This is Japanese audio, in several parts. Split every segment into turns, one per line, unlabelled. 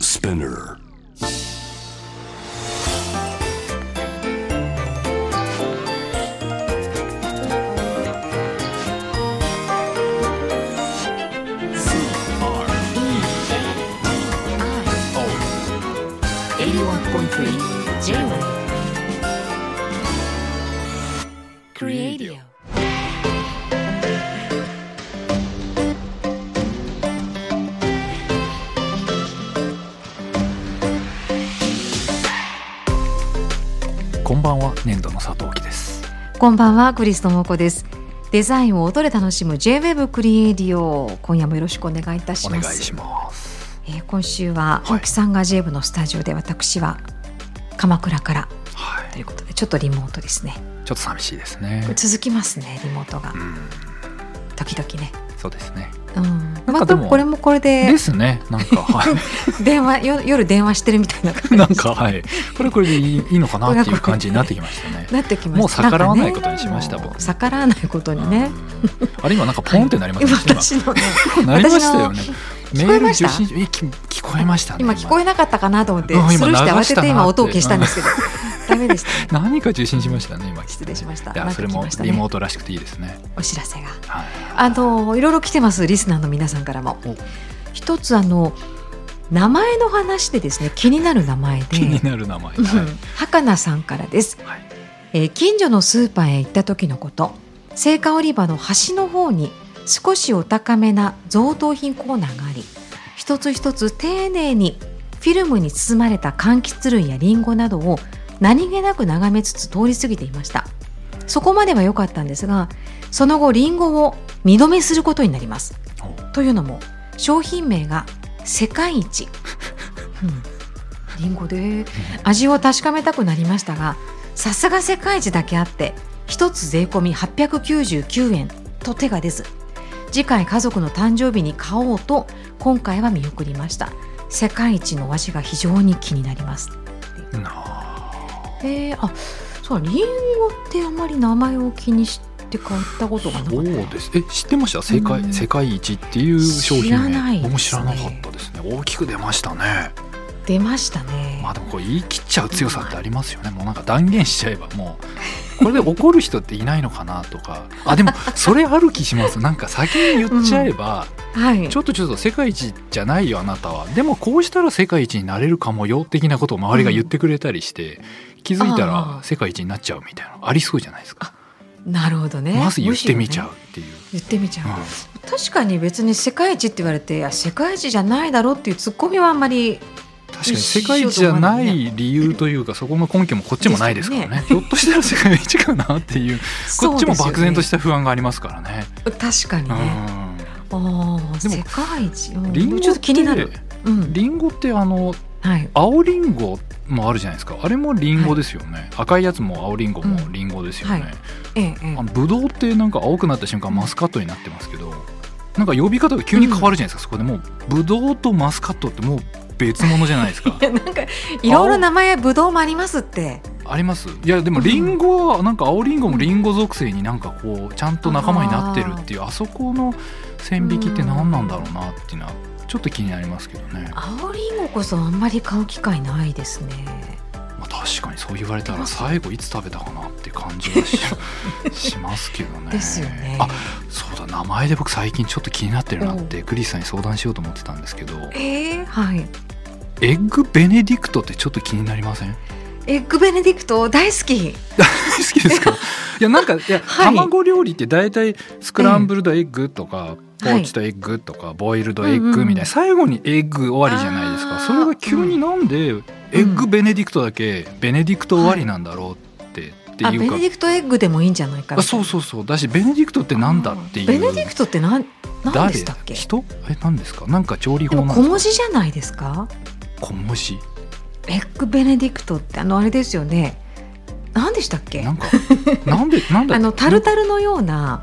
Spinner.
81.3 J-Wave Creadio
こんばんは粘土の佐藤貴です
こんばんはクリストモコですデザインを音で楽しむ J-Wave Creadio 今夜もよろしくお願いいたし
お願い
ます
します
えー今週は
はい
青木さんが J-Wave のスタジオで私は鎌倉から
はい
ということでちょっとリモートですね
ちょっと寂しいですね
これ続きますねリモートが
うん
時々ね
そうですね
うん
なん
まあ
かでも
これもこれで
ですねなん かはい
電話よ夜電話してるみたいな感じ
なんかはいこれこれでいいいいのかなっていう感じになってきましたね
なってきました
もう逆らわない
ん
ことにしました
かね
僕
逆らわないことに
う
ね、
んあれ今なんかポンってなりません
今
でした
私のね
今なりましたよね
私の
メ
聞こえ
ール
ました
受信えき聞こえましたね
今聞こえなかったかなと思って
うん今
スルーして
流
慌
してたなっ
て
て
今音を消したんですけど ダメでしたね
何か受信しましたね今
失礼しました
いや
なん
そ
か
れ
来
も
ました
リモ
ね
ートらしくていいですね
お知らせが
はい
あのいろいろ来てますリスナーの皆さんからも
お
一つあの名前の話でですね気になる名前で
気になる名前
うん
はい
儚、さんからです、
はい
えー近所のスーパーへ行った時のこと青果売り場の端の方に少しお高めな贈答品コーナーがあり一つ一つ丁寧にフィルムに包まれた柑橘類やリンゴなどを何気なく眺めつつ通り過ぎていましたそこまでは良かったんですがその後リンゴを二度目することになります
お
というのも商品名が世界 一、うん、リンゴで味を確かめたくなりましたがさすが世界一だけあって1つ税込み899円と手が出ず次回家族の誕生日に買おうと今回は見送りました世界一の和紙が非常に気になります
なあ
えー、あそうリンゴってあまり名前を気にして買ったことがなか
そ
っ
う
た
ですえ知ってました世界,、
うん
世界一っていう商品名
知らないですね
僕も知らなかったですね大きく出ましたね
出ましたね、
まあでもこれ言い切っちゃう強さってありますよねもうなんか断言しちゃえばもうこれで怒る人っていないのかなと かあでもそれある気しますなんか先に言っちゃえば、
はい
ちょっとちょっと世界一じゃないよあなたはでもこうしたら世界一になれるかもよ的なことを周りが言ってくれたりして、気づいた
あ
ら
ー
世界一になっちゃうみたいなのありそうじゃないですか
なるほどね
まず言ってみちゃう
むし
っていう、
ろね言ってみちゃう、
うん
確かに別に世界一って言われていや世界一じゃないだろうっていうツッコミはあんまり
確かに世界一じゃない理由というかそこの根拠もこっちもないですからね
です
ひょっとしたら世界一かなって いうこっちも漠然としたた不安がありますからね。
確かにね、ああ
でも
世界一、うん
うん、リンゴって
ちょっと気になる、うん、
リンゴってあの
はい
青リンゴもあるじゃないですかあれもリンゴですよね、赤いやつも青リンゴもリンゴですよね、
うんはええええ
あのブドウってなんか青くなった瞬間マスカットになってますけどなんか呼び方が急に変わるじゃないですか、そこでもうブドウとマスカットってもう別物じゃないですか
いやなんかいろいろ名前ブドウもありますって
ありますいやでもリンゴはなんか青リンゴもリンゴ属性になんかこうちゃんと仲間になってるっていうあそこの線引きって何なんだろうなっていうのはちょっと気になりますけどね、
青りんごこそあんまり買う機会ないですね
まあ、確かにそう言われたら最後いつ食べたかなって感じはし しますけどね
ですよね
あそうだ名前で僕最近ちょっと気になってるなってクリスさんに相談しようと思ってたんですけど
ええはい
エッグベネディクトってちょっと気になりま せん
エッグベネディクト大好き
好きですかいやなんかいや、
はい
卵料理って大体スクランブルドエッグとか、ポーチとエッグとかボイルドエッ
うん
グ
うん
みたいな最後にエッグ終わりじゃないです
あ
か
ー
それが急になんでエッグベネディクトだけベネディクト終わりなんだろうって、って
あベ
い
ネ
う
デ
か
ィクトエッグでもいいんじゃないか
あそうそうそうだしベネディクトってなんだっていう
ベネディクトってなん何でしたっけ
誰人え何ですかなんか調理
で
法な
も
ん
小
です
文字じゃないですか
か小文字
エッグベネディクトってあのあれですよね何でしたっけ
なんかなん でなんだ
あのタルタルのような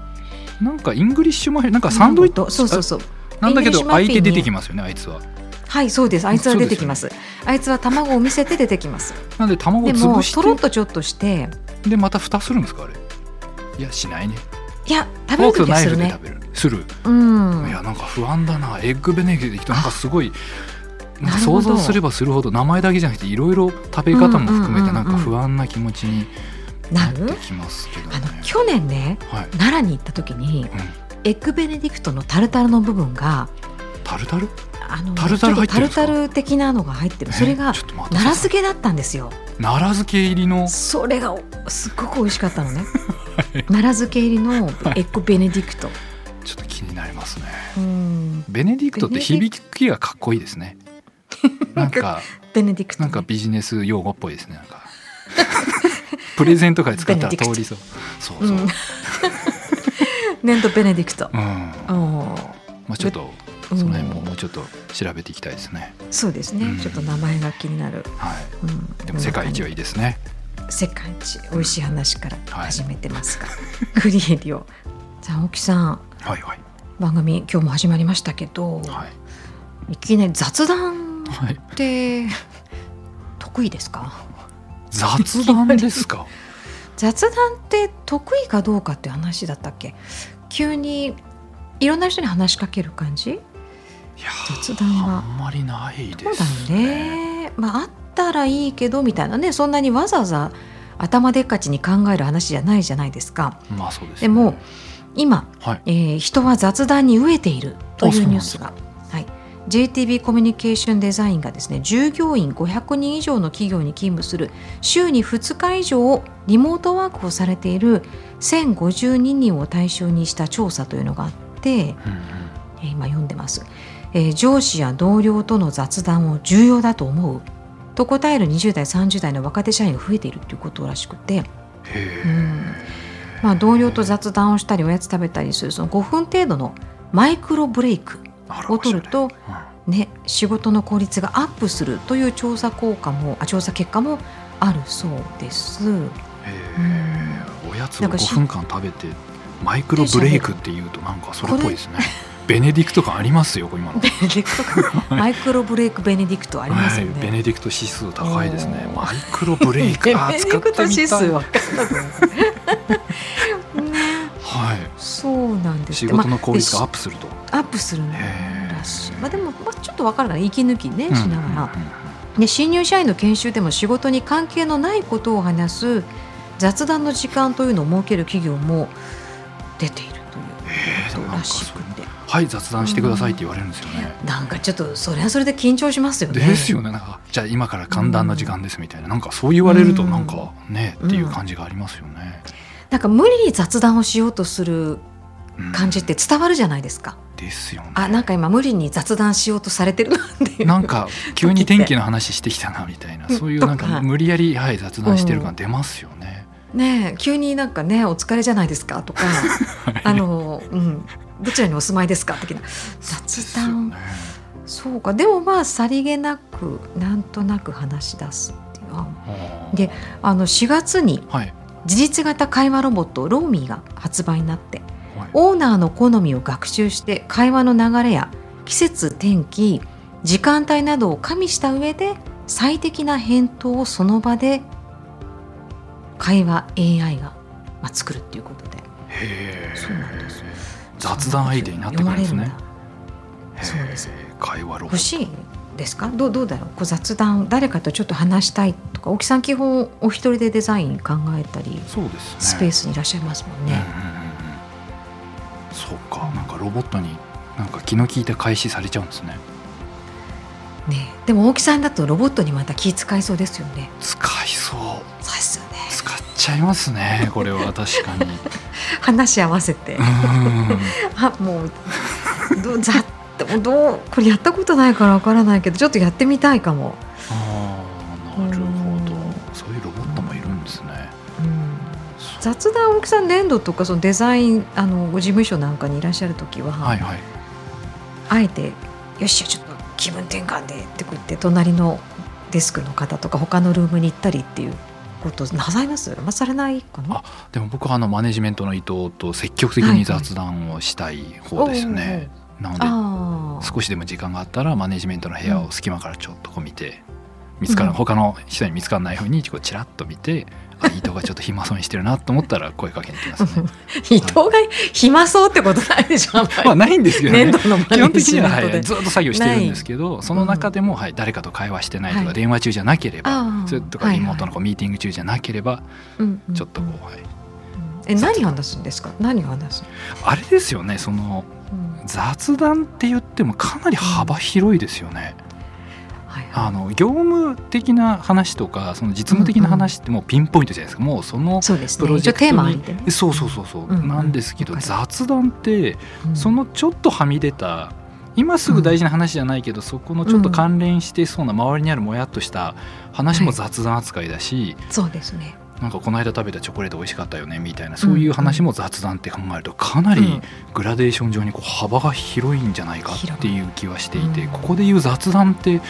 なんかイングリッシュマフィンなんかサンドイッ
と
チ
そうそうそう
あなんだけ
イン
ど
グリッシュマフィン
相
に
手出てきますよねあいつは
はいそうですあいつは出てきますあいつは卵を見せて出てきます
なんで卵を
でも
潰し
とろってとちょっとして
でまた蓋するんですかあれいやしないね
いや食べ
フォ
る
ークと
ときは
ナイ
す
フ
る
で
ね
食べるする、
うん
いやなんか不安だなエッグベネディクトなんかすごいなんか
なるほ
想像
ど
すればするほど名前だけじゃなくていろいろ食べ方も含め
うんうんうんう
て
ん
なんか不安な気持ちにな
な
って
る
きますけどね
あの。去年ね
はい、
奈良に行った時に
うん、
エッグベネディクトのタルタルの部分が
タルタル
あの
タルタル入ってるんです
ちょ
か
っとタルタル的なのが入ってるそれ
え
が
ちょっと待って
奈良漬けだったんですよ
奈良漬け入りの
それがおすっごく美味しかったのね奈良漬け入りのエッグベネディクト、
ちょっと気になりますね。
うん
ベネディクトって響きがかっこいいです ね。なんか
ベネディクト、
な
ね、
んかビジネス用語っぽいですね。なんか プレゼント会使ったら通りそう。そうそう。
う
うん
ん。 粘土ベネディクト
ま
おー
あちょっと
う
そ
ん
の辺ももうちょっと調べていきたいですね。
そうですね、
うん
ちょっと名前が気になる、
はい。
うん
でも世界一はいいですね。
世界一美味しい話から始めてますが、クリエリオさあ青木さん
はいはい
番組今日も始まりましたけど、
はい
い、きなり雑談っ
はい。
て得意ですか
雑談ですか。
雑談って得意かどうかって話だったっけ急にいろんな人に話しかける感じ
いや
雑談は
あんまりない
そ
で
うだ
す
よ
ね。
ね、まあ、あったらいいけどみたいなねそんなにわざわざ頭でっかちに考える話じゃないじゃないですか
まあそうですね。
でも今、
はい
えー人は雑談に飢えていると
あそ
いうう
なん
ニュ
で
ー
す
ス
か
が、はい、JTB コミュニケーションデザインがですね従業員500人以上の企業に勤務する週に2日以上リモートワークをされている1052人を対象にした調査というのがあって、
うんうん
えー今読んでます、えー上司や同僚との雑談を重要だと思うと答える20代30代の若手社員が増えているということらしくて、
へ
う
え。
んまあ、同僚と雑談をしたりおやつ食べたりするその5分程度のマイクロブレイク
あら
を取る。と、
面白いね
ね、仕事の効率がアップするという調査効果もあ調査結果もあるそうです。
うんへえおやつを
なんかし
5分間食べてマイクロブレイクっていうとなんかそれっぽいですね。ベネディクト感ありますよこれ今の。
ベネディク トマイクロブレイクベネディクトありますよね。
はい、ベネディクト指数高いですね。
おー
マイクロブレイク あー使ってみたい。
わかんなくなるね
はい。
そうなんです
仕
って
事の効率が
ま
ア
あ
ップすると。
でアップするらしい、まあ、でも、まあ、ちょっとわかるから息抜きね
うん
しながら、で新入社員の研修でも仕事に関係のないことを話す雑談の時間というのを設ける企業も出ていると
えーで
い
もなん
うことら
か
し
そ
く
う
て
はい雑談してくださいって言われるんですよね。
なんかちょっとそれはそれで緊張しますよね。
ですよねなんかじゃあ今から寒暖の時間ですみたいななんかそう言われるとなんかね、
うん
っていう感じがありますよね。
なんか無理に雑談をしようとす
う
る
ん
感じって伝わるじゃないですか。
ですよね。
あなんか今無理に雑談しようとされてるなっていう
なんか 急に天気の話してきたなみたいな
うん
そういうなん
と
か
か
無理やり、はい、雑談してる感出ますよね。
ねえ急になんかねお疲れじゃないですかと かあの、うん、どちらにお住まいですか的な雑談
です
そうかでもまあさりげなくなんとなく話し出すっていうあ
よね
であの4月に
はい
事実型会話ロボットローミーが発売になって
はい
オーナーの好みを学習して会話の流れや季節天気時間帯などを加味した上で最適な返答をその場で会話 AI が、まあ、作るっていうことで
へえ
そうなんです
雑談相手になってくるんですね
読まれるん
へ
だ
え
そうです
会話ロボ
欲しいですかどうどうだろうこう雑談誰かとちょっと話したいとか大木さん基本お一人でデザイン考えたり
そうですね
スペースにいらっしゃいますもん
うんうんうん
ね。
うんそうかなんかロボットになんか気の利いた開始されちゃうんですね
ねでも大木さんだとロボットにまた気使いそうですよね。
使いそう
そうですよね。
使っちゃいます ねこれは確かに
話し合わせて
う。ん
あもうどうざっともうどうこれやったことないからわからないけどちょっとやってみたいかも。
あーなるほど
うん
そういうロボットもいるんですね
うん雑談大木さん粘土とかそのデザインあのご事務所なんかにいらっしゃる時は、
はいはい
あえて「よしちょっと気分転換で」ってこう言って隣のデスクの方とか他のルームに行ったりっていうことなさいますまあされないかな
でも僕はあのマネジメントの伊藤と積極的に雑談をしたい方ですね、
はいはい
なので
ああ
少しでも時間があったらマネジメントの部屋を隙間からちょっとこう見て、見つから
うん
他の人に見つからないようにこうチラッと見て あ伊藤がちょっと暇そうにしてるなと思ったら声かけに行きますね
伊藤が暇そうってことないでしょあん
まあ
まり
ないんですけど
粘
ね
土のマ
基
ネ
本
ー
的
ジ
に
メ
は、
ン
は
トで
い、ずっと作業してるんですけどその中でも、はい、誰かと会話してないとか、
はい
電話中じゃなければ
ああ
それとか
はいはい
妹のこうミーティング中じゃなければ
うんうん
ちょっとこう、はい、
え何話すんですか何話すの、
あれですよねその
うん
雑談って言ってもかなり幅広いですよね。
はいはい
あの業務的な話とかその実務的な話ってもうピンポイントじゃないですか、もうその
そうです
プ
ね
ロ
一
ジ
応
ェクトに
テーマはあってね
そうそうそうそう、
うんうん
なんですけど
わかる
雑談って
うん
そのちょっとはみ出た今すぐ大事な話じゃないけど、そこのちょっと関連してそうな周りにあるもやっとした話も雑談扱いだし、
そうですね
なんかこの間食べたチョコレート美味しかったよねみたいなそういう話も雑談って考えるとかなりグラデーション上にこう幅が広いんじゃないかっていう気はしていて、
うん
ここでいう雑談って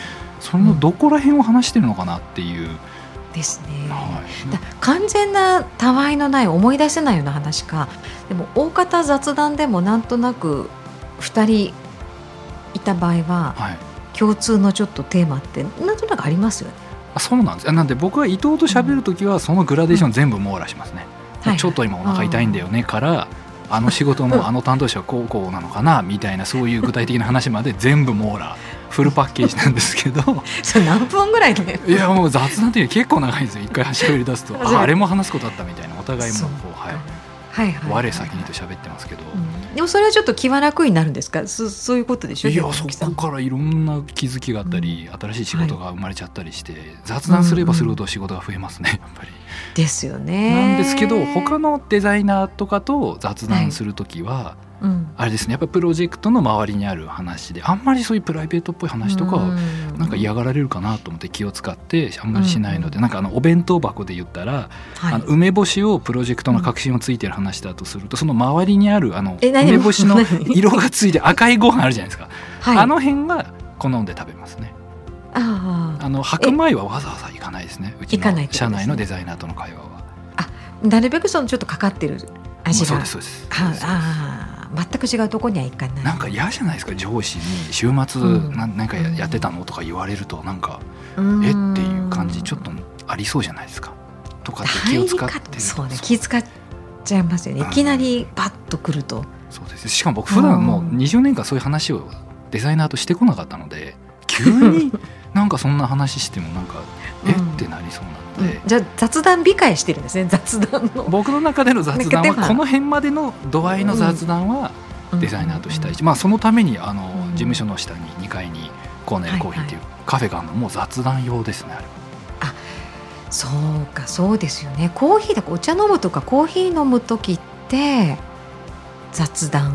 そのどこら辺を話してるのかなっていう、
ですね、
はい
だ完全なたわいのない思い出せないような話かでも大方雑談でもなんとなく2人いた場合は
はい、
共通のちょっとテーマってなんとなくありますよね。
あそうなんですあなんで僕は伊藤と喋る時はそのグラデーション全部網羅しますね、
はい
ちょっと今お腹痛いんだよねからあの仕事 もあの担当者はこうこうなのかなみたいなそういう具体的な話まで全部網羅フルパッケージなんです けど
それ何分ぐらいのね
いやもう雑談っていうのは結構長いんですよ一回端くり出すと
そう
ああれも話すことあったみたいなお互いも
そう
こう、はい、
はいはい、
我先にと喋ってますけど、
うんでもそれはちょっと気は楽になるんですかそそういうことでしょ
いや
山
そ
崎さん
こからいろんな気づきがあったり、新しい仕事が生まれちゃったりして、雑談すればするほど仕事が増えますねやっぱり。
ですよね。
なんですけど他
の、
のデザイナーとかと雑談するときは、
うん、
あれですねやっぱプロジェクトの周りにある話であんまりそういうプライベートっぽい話とかは
な
なんか嫌がられるかなと思って気を使ってあんまりしないので、なんかあのお弁当箱で言ったら、
はい、
あの梅干しをプロジェクトの核心をついてる話だとするとその周りにあるあの
え何
梅干しの
何
色がついて赤いご飯あるじゃないですか、
はい、
あの辺が好んで食べますね
あ
あの白米はわざわざ行かないですねうち
行かないっ
の
てことです
社
ね
内のデザイナーとの会話は。
あなるべくそのちょっとかかってる味が
もうそうですそうですそう
は
です
ああ全く違うとこには行かない。
なんか嫌じゃないですか上司に「週末
うん
ななんかややってたの?」とか言われるとなんか「
うん
えっ?」ていう感じちょっとありそうじゃないですかとかって気を使って
入
る
り方そうね
そう
気使っちゃいますよね。い
うん
きなりバッとくると、
そうですしかも僕普段もう
うん
20年間そういう話をデザイナーとしてこなかったの で急になんかそんな話してもなんか「えっ?」
うん
てなりそう
う
なの
ん
で。
じゃあ雑談理解してるんですね雑談の
僕の中での雑談
なんかで
は
も
この辺までの度合いの雑談はデザイナーとしたいし、まあ、そのためにあの
うん
事務所の下に2階にコーネルコーヒーっていうカフェがあるのもう雑談用ですねあれ
そうかそうですよねコーヒーだからお茶飲むとかコーヒー飲む時って雑談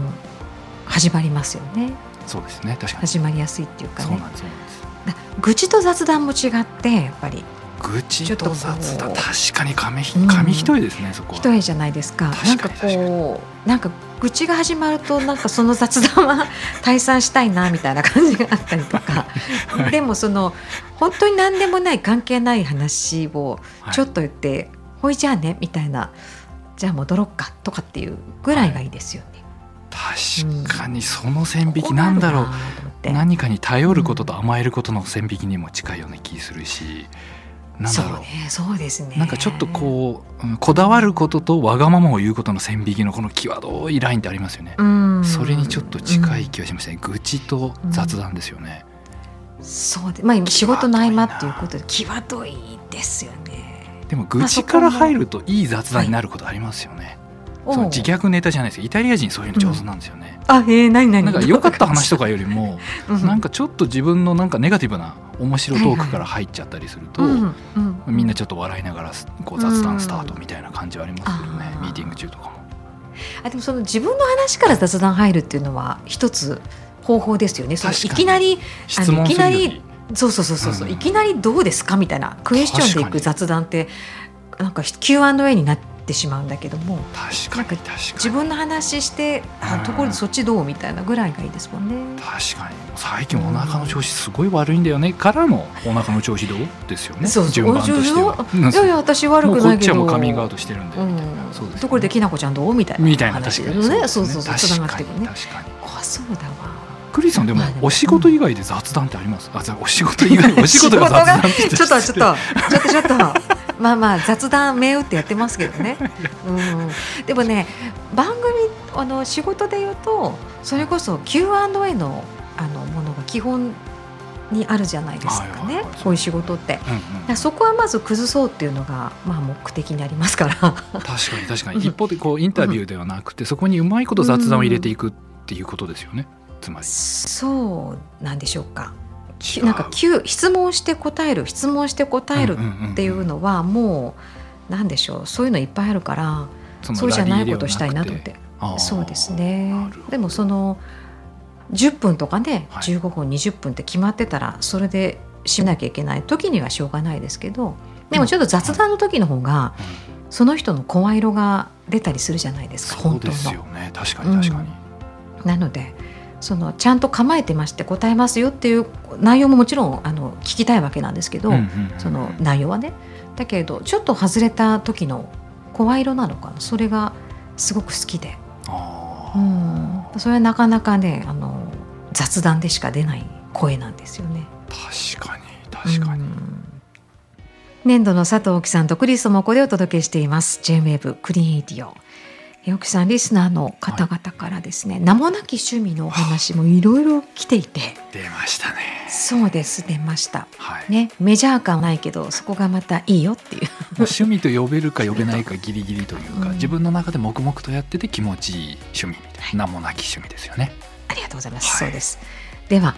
始まりますよね
そうですね確かに
始まりやすいっていうか
そう
ね
なんですそうなんです
だ愚痴と雑談も違ってやっぱり
愚痴と雑
ちょっ
談
とこ
確かに紙ひ
うん
紙一重ですね、そこは
一重じゃないですかな
確
んか
かに確かに
こうなんか愚痴が始まるとなんかその雑談は 退散したいなみたいな感じがあったりとか、
はい
でもその本当に何でもない関係ない話を
はい
ちょっと言って、ほいじゃあねみたいなじゃあ戻ろっかとかっていうぐらいがいいですよね。
確かにその線引きなんだろう
ここなのかなと思って
何かに頼ることと甘えることの線引きにも近いような気するしなんだ
そう
ろう
ねそうですね
なんかちょっとこう、うんこだわることとわがままを言うことの線引きのこの際どいラインってありますよね、
うん
それにちょっと近い気がしましたね愚痴と雑談ですよね、
そうでまあ今仕事の合間っていうことで際どいですよね。
でも愚痴から入るといい雑談になることありますよね、その自虐ネタじゃないですけどイタリア人そういうの上手なんですよね、
あえー、何何
なんか良かった話とかよりもなんか
か
ちょっと自分のなんかネガティブな面白トークから入っちゃったりすると、みんなちょっと笑いながらこう雑談スタートみたいな感じはありますけどね、
うん
ミーティング中とかも。
あでもその自分の話から雑談入るっていうのは一つ方法ですよね。そのい
確かに
きなり
質問するよ
いきな
り
そうそうそうそうそう、
うん
いきなりどうですかみたいなクエスチョンでい
確か
く
に
雑談ってなんか Q&A になってしまうんだけども
確かに確かに
自分の話してあ
うん
ところでそっちどうみたいなぐらいがいいですもんね。
確かに最近お腹の調子すごい悪いんだよねからのお腹の調子どうですよね
そうそう
順番としては。うん
いやいや私悪
もう
く
こ
な
っ
いけ
ち
ど。
はもうカミングアウトしてるんで、
う
みたい
ん
なそうですよね
ところできなこちゃんどうみたいな
みたいな
話
確かに
でねそうそうそうつ
確
ながっ
か
てく
に
ね
確かに
あそうだわ
クリスさんでも
まあでも
お仕事以外で雑談ってあります、あじゃあお仕事以外 お仕事が雑談って言
ちょっとちょ
失
っとち
礼
ょっとちょっとまあまあ雑談銘打ってやってますけ どね、うん、でもね番組あの仕事で言うとそれこそ Q&A のあのものが基本にあるじゃないですかね、
はいはいはい
こういう仕事って。
うん
だからそこはまず崩そうっていうのが、まあ、目的になりますから
うん、確かに確か
うん
に一方でこうインタビューではなくてそこにうまいこと雑談を入れていくっていうことですよねつまり
そうなんでしょうかき
違う
なんか Q 質問して答える質問して答えるっていうのはもうなんでしょうそういうのいっぱいあるから
その
そうじゃないことしたいな
ラ
と
リ
思
ー
っ
で
て
はなくて
そうです
な
ね
るほど
でもその10分とかね、
はい
15分20分って決まってたらそれでしなきゃいけない時にはしょうがないですけどでもちょっと雑談の時の方が
うん
その人の声色が出たりするじゃないですか
そう
本当
で
の。
すよね確かに確かに、
なのでそのちゃんと構えてまして答えますよっていう内容ももちろんあの聞きたいわけなんですけど、
うんうんうん
その内容はねだけれどちょっと外れた時の声色なのかなそれがすごく好きで、
あ
う
ー
ん、それはなかなかねあの雑談でしか出ない声なんですよね。
確かに確かに、
うん年度の佐藤沖さんとクリスもこでお届けしています J-WAVE クリエイティオえ沖さんリスナーの方々からですね、名もなき趣味のお話もいろいろ来ていて
出ましたね
そうです出ました
はい、
ねメジャー感はないけどそこがまたいいよっていう
もう趣味と呼べるか呼べないかギリギリというか、
うん
自分の中で黙々とやってて気持ちいい趣味みたいな、名もなき趣味ですよね
ありがとうございます。
はい
そうです。では、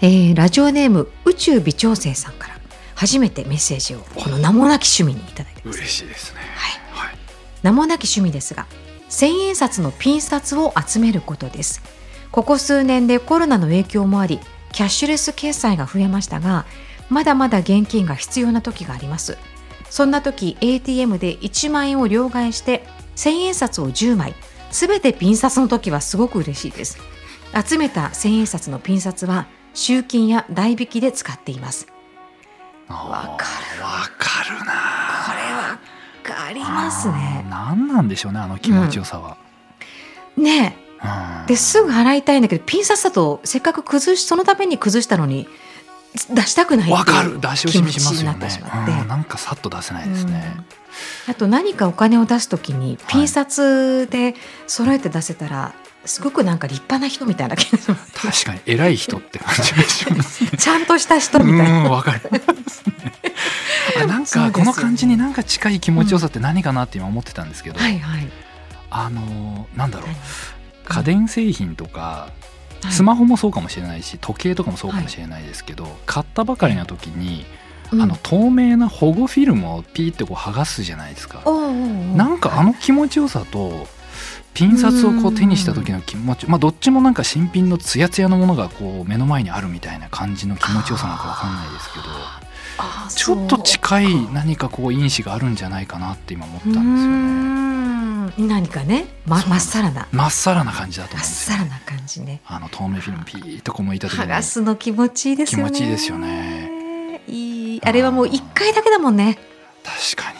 えーラジオネーム宇宙微調整さんから初めてメッセージをこの名もなき趣味にいただいてます。
嬉しいですね
はい
はい、
名もなき趣味ですが千円札のピン札を集めることですここ数年でコロナの影響もありキャッシュレス決済が増えましたがまだまだ現金が必要な時がありますそんな時 ATM で1万円を両替して千円札を10枚すべてピン札の時はすごく嬉しいです集めた千円札のピン札は集金や代引きで使っていますこわ
わ
か
るわかるな
れはあります
あー
ね
何なんでしょうねあの気持ちよさは、
ねえ
うん
ですぐ払いたいんだけどピン札だとせっかく崩しそのために崩したのに出したくないっていう
わかる出し惜しみしますよ
気持
ね
ちになってしまって
うんなんかさっと出せないですね、
うんあと何かお金を出すときにピン札で揃えて出せたらすごくなんか立派な人みたいな気がしま
確
す
かに偉い人って感じがしますね
ちゃんとした人
う
みたいな、
んわ かるあなん
そうですよ
かこ
ね
の感じになんか近い気持ちよさって何かなって今思ってたんですけど、
はいはい
あのーなんだろう
何
家電製品とか
はい
スマホもそうかもしれないし時計とかもそうかもしれないですけど、買ったばかりの時に、あの透明な保護フィルムをピーってこう剥がすじゃないですか
う、んおうおうおう
なんかあの気持ちよさとピン札をこう手にした時の気持ち、まあ、どっちもなんか新品のツヤツヤのものがこう目の前にあるみたいな感じの気持ちよさなのかわかんないですけど
あ
ちょっと
そう
近い何かこう因子があるんじゃないかなって今思ったん
う
ですよね
ーん何かねま
そう
ま
なん
っ
です
さらな
まっさらな感じだと
まっ
思うんですよ
さらな感じね
あの透明フィルムピーっとこう向いた時
剥
に
がすの気持ちいいですよね。
気持ちいいですよね。
いいあれはもう一回だけだもんね。
確 かに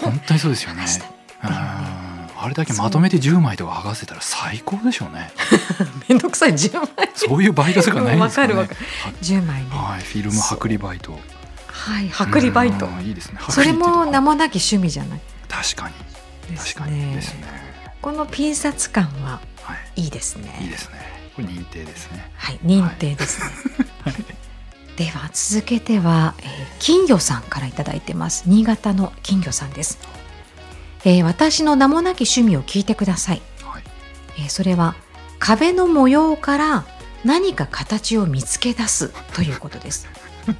本当にそうですよね
剥がした
うんあれだけまとめて10枚とか剥がせたら最高でしょうね
めんどくさい十枚。
そういうバイトとかないんですかね
うんわかる十枚ね。は
はいフィルム剥離バイト
い、剥離バイト。
うんいいですね
それも名
確
もなき趣味じゃない
かに
です
確かに
ね
で。すね
このピン札感は
はい
いいですね。
いいですねこれ認定ですね
はい、認定ですね。では続けては、えー金魚さんからいただいてます新潟の金魚さんです、えー私の名もなき趣味を聞いてください
はい
えーそれは壁の模様から何か形を見つけ出すということです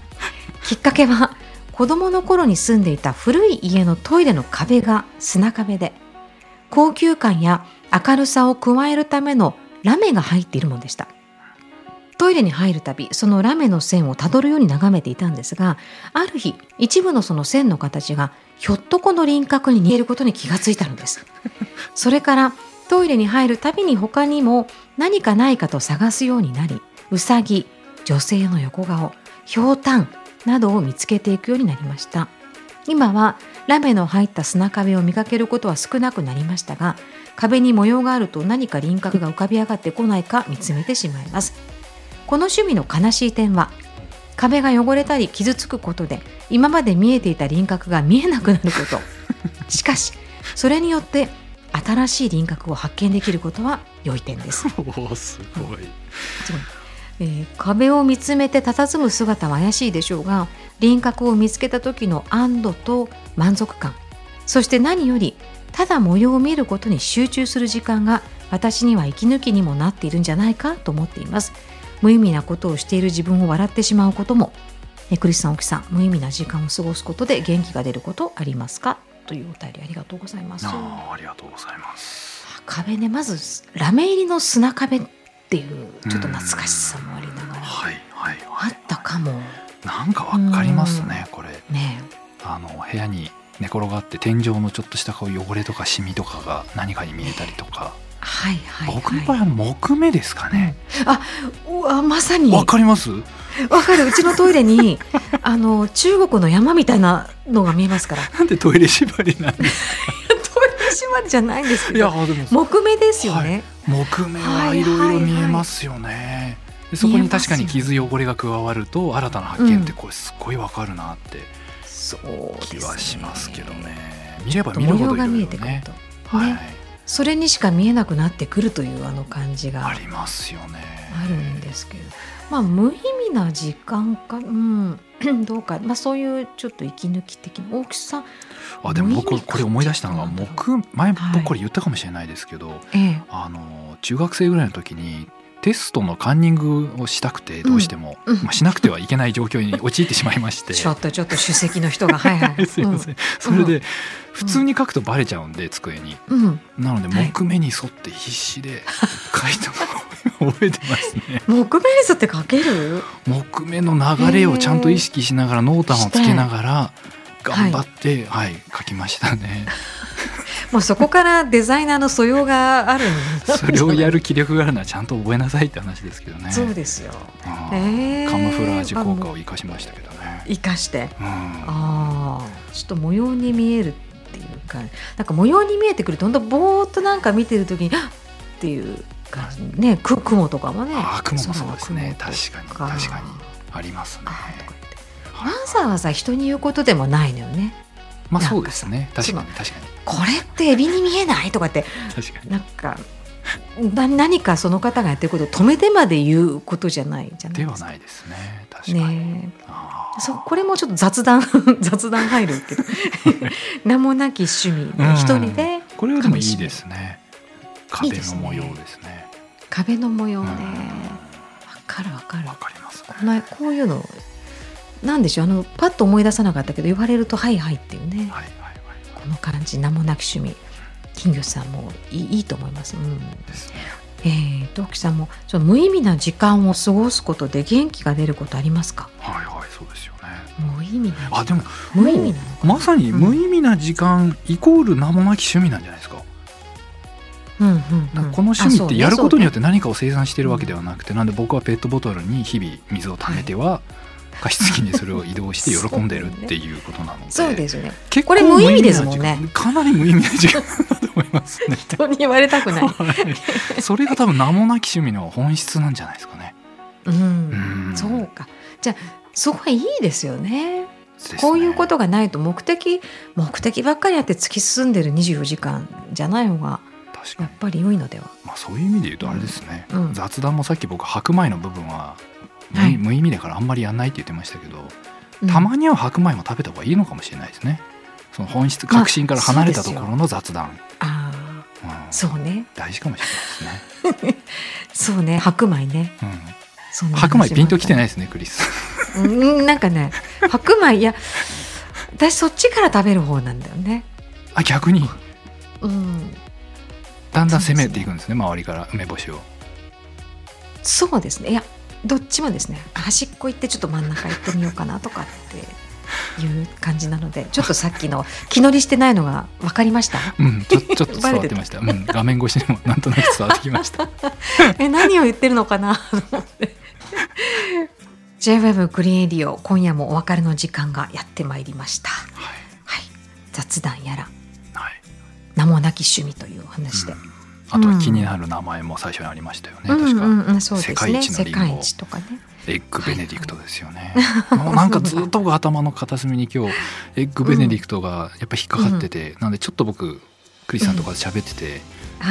きっかけは子供の頃に住んでいた古い家のトイレの壁が砂壁で高級感や明るさを加えるためのラメが入っているものでしたトイレに入るたびそのラメの線をたどるように眺めていたんですがある日一部のその線の形がひょっとこの輪郭に似ていることに気がついたのですそれからトイレに入るたびに他にも何かないかと探すようになりうさぎ女性の横顔ひょうたんなどを見つけていくようになりました今はラメの入った砂壁を見かけることは少なくなりましたが壁に模様があると何か輪郭が浮かび上がってこないか見つめてしまいますこの趣味の悲しい点は壁が汚れたり傷つくことで今まで見えていた輪郭が見えなくなることしかしそれによって新しい輪郭を発見できることは良い点です
おおすごい
えー壁を見つめて佇む姿は怪しいでしょうが輪郭を見つけた時の安堵と満足感そして何よりただ模様を見ることに集中する時間が私には息抜きにもなっているんじゃないかと思っています無意味なことをしている自分を笑ってしまうこともえクリスさん沖さん無意味な時間を過ごすことで元気が出ることありますかというお便りありがとうございます
なあありがとうございます
壁ねまずラメ入りの砂壁っていうちょっと懐かしさもありながら
はいはい
あ
はい
ったかも
なんかわかりますねこれ
ね
あの部屋に寝転がって天井のちょっとしたこう汚れとかシミとかが何かに見えたりとか、
はいはい、はい、
僕の場合は木目ですかね
うわまさに
わ、
わか
かります
るうちのトイレに あの中国の山みたいなのが見えますから
なんでトイレ縛りなんです
トイレ縛りじゃないんです
か
け
いや
ど
でも
木目ですよね、
木目はいろいろ見えますよね、でそこに確かに傷汚れが加わると新たな発見ってこれすごいわかるなって
そうです
気
ね
はしますけどね見れば見
模
るほ
様
どいろ
が見
い
え
ろ
てくる
ね
と、
はい、
ねそれにしか見えなくなってくるというあの感じが
あ
あ
りますよね
るんですけどまあ無意味な時間かうん どうか、まあ、そういうちょっと息抜き的な大きさん
あでも僕
無意味か
これ思い出したのが
どうなんだろ
木前
はい
僕これ言ったかもしれないですけど、
ええ
あの中学生ぐらいの時にテストのカンニングをしたくてどうしても、
うんうん
まあ、しなくてはいけない状況に陥ってしまいまして
ちょっとちょっと首席の人 がはいはい
すいません、それで普通に書くとバレちゃうんで机に
うんうん
なので
はい
木目に沿って必死で書いたのを覚えてます ね
木目に沿って書ける
木目の流れをちゃんと意識しながら濃淡をつけながら頑張って、はい書きましたね
もうそこからデザイナーの素養があるんだ
それをやる気力があるならちゃんと覚えなさいって話ですけどね
そうですよ、
あ
え
ー
え
カムフラージュ効果
まあ
を生かしましたけどね、
生かして
うん、
ああちょっと模様に見えるっていうかなんか模様に見えてくるとほんとぼーっとなんか見てる時にあっっていう感じねく雲とかもね
あー雲もそうですね
空の
確かに
雲と
確かにありますね
あーとか言って
はい
わざわざ人に言うことでもないのよね
まあそうですね
なんか
確
さ
かに確かに
これってエビに見えないとかって
確 かに
なんかな何かその方がやってることを止めてまで言うことじゃないじゃない
で
です
は
か。
ないですね確かに、
ねえ
あー
そうこれもちょっと雑談 雑談入るけど 名もなき趣味で
うん
一人で
これはでもいいですね
いい
壁
です
の
ね
模様ですね
壁の模様
うん
ね
わ、
わかるわかる
かりますね
このこういうのなんでしょうあのパッと思い出さなかったけど言われると「はいはい」っていうね
はいはいはい
この感じ名もなき趣味金魚さんもいいいいと思います。うん
ですね
えー、トキさんもその無意味な時間を過ごすことで元気が出ることありますか
はいはいそうですよね
無意味な
あでも
無意味なのか
まさに無意味な時間イコール名もなき趣味なんじゃないですか
うんうん
だ
う
か
ん
らこの趣味ってやることによってて何かを生産してるわけではなくてなんで僕はペットボトルに日々水を貯めては加湿器にそれを移動して喜んでるっていうことなので
そうですよね
結
これ無意味ですもんね
無意味な時間かなり無意味な時間だと思いますね
人に言われたくない、
はいそれが多分名もなき趣味の本質なんじゃないですかね
うん
うん
そうかじゃあそこはいいですよね
ですね
こういうことがないと目的目的ばっかりあって突き進んでる24時間じゃない方が
確か
や
に
っ、ぱり良いのでは
まあ、そういう意味で言うとあれですね、
うん
雑談もさっき僕白米の部分は無,、
はい
無意味だからあんまりやんないって言ってましたけど、たまには白米も食べた方がいいのかもしれないですねその本質
まあ
確信から離れたと
そうですよ
ころの雑談、
うんあ
うん
あそうね
大事かもしれないですね
そうね白米ね、
う
そん
ん、
な話
白
もあ
米
った
ピンときてないですねクリス
うんなんかね白米いや私そっちから食べる方なんだよね。
あ逆に
うん、
だんだん攻めていくんですね周りから梅干しを
そうですねいやどっちもですね端っこ行ってちょっと真ん中行ってみようかなとかっていう感じなのでちょっとさっきの気乗りしてないのが分かりました
うんちょ ちょっと伝わってましたうん、画面越しにもなんとなく伝わってきま した
え何を言ってるのかなと思って JWEB クリーンエディオ今夜もお別れの時間がやってまいりました、
はい、
はい、雑談やら
はい、
生名もなき趣味というお話で。
あとは気になる名前も最初にありましたよね、確か、
うんうんうん、そうです
世
ね
界一の
世
リンゴ
界一とかね
エッグベネディクトですよね、もうなんかずっと僕頭の片隅に今日エッグベネディクトがやっぱ引っかかってて、なんでちょっと僕クリスさんとかで喋ってて、
はい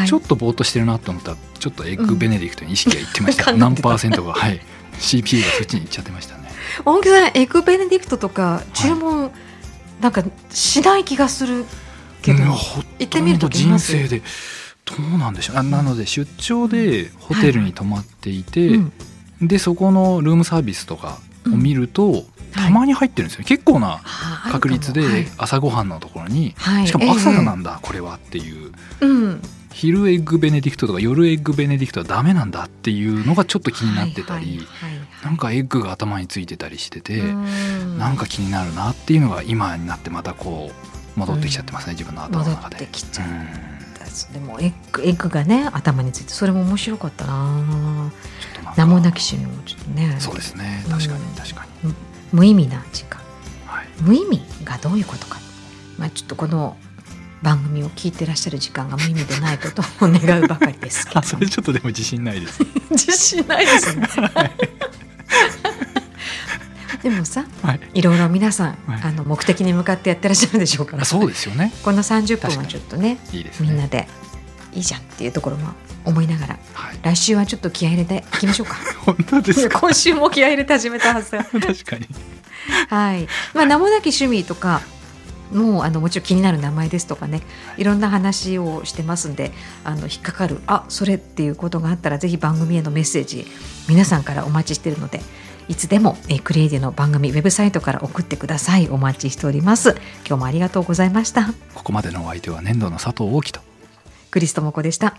ちょっとぼーっとしてるなと思ったらちょっとエッグベネディクトに意識がいってました、
うん
何パーセントがはい CPU がそっちにいっちゃってましたね
大木さんエッグベネディクトとか注文なんかしない気がするけど、
うんほ
行ってみる
と
と
んど
きま
人
す
生でどうなんでしょうあなので出張でホテルに泊まっていて、
うん
でそこのルームサービスとかを見ると、たまに入ってるんですよ結構な
あーあるかも
確率で
はい
朝ごはんのところに、
はい
しかも朝な
え
んだ、これはっていう
えうん
昼エッグベネディクトとか夜エッグベネディクトはダメなんだっていうのがちょっと気になってたり、
はいはいはい
なんかエッグが頭についてたりしてて、
うん
なんか気になるなっていうのが今になってまたこう戻ってきちゃってますね、自分の頭の
戻
中
っ
で。
てきちゃったですでもエッグエッグがね頭についてそれも面白かったな
うんちょっとなんか
名もなき趣味もちょっとね
そうですね
うん
確かに確かに、
無意味な時間
はい、
無意味がどういうことか、まあ、ちょっとこの番組を聞いてらっしゃる時間が無意味でないことを願うばかりですけ ど
あそれちょっとでも自信ないです
自信ないですねでもさ
はい
いろいろ皆さん、
はい
あの目的に向かってやってらっしゃるでしょうから
あそうですよね
この30
確
分
か
は
に
ちょっとね
いいです
み
ね
んなでいいじゃんっていうところも思いながら
はい
来週はちょっと気合い入れていきましょうか
本当で
い
す
や
か
今週も気合い入れて始めたはず
確かに
はい、まあ、名もなき趣味とかもうあのもちろん気になる名前ですとかねいろんな話をしてますんであの引っかかるあそれっていうことがあったらぜひ番組へのメッセージ皆さんからお待ちしているのでいつでも、えークリエイティブの番組ウェブサイトから送ってくださいお待ちしております今日もありがとうございました
ここまでのお相手は年度の佐藤大樹と
クリストモコでした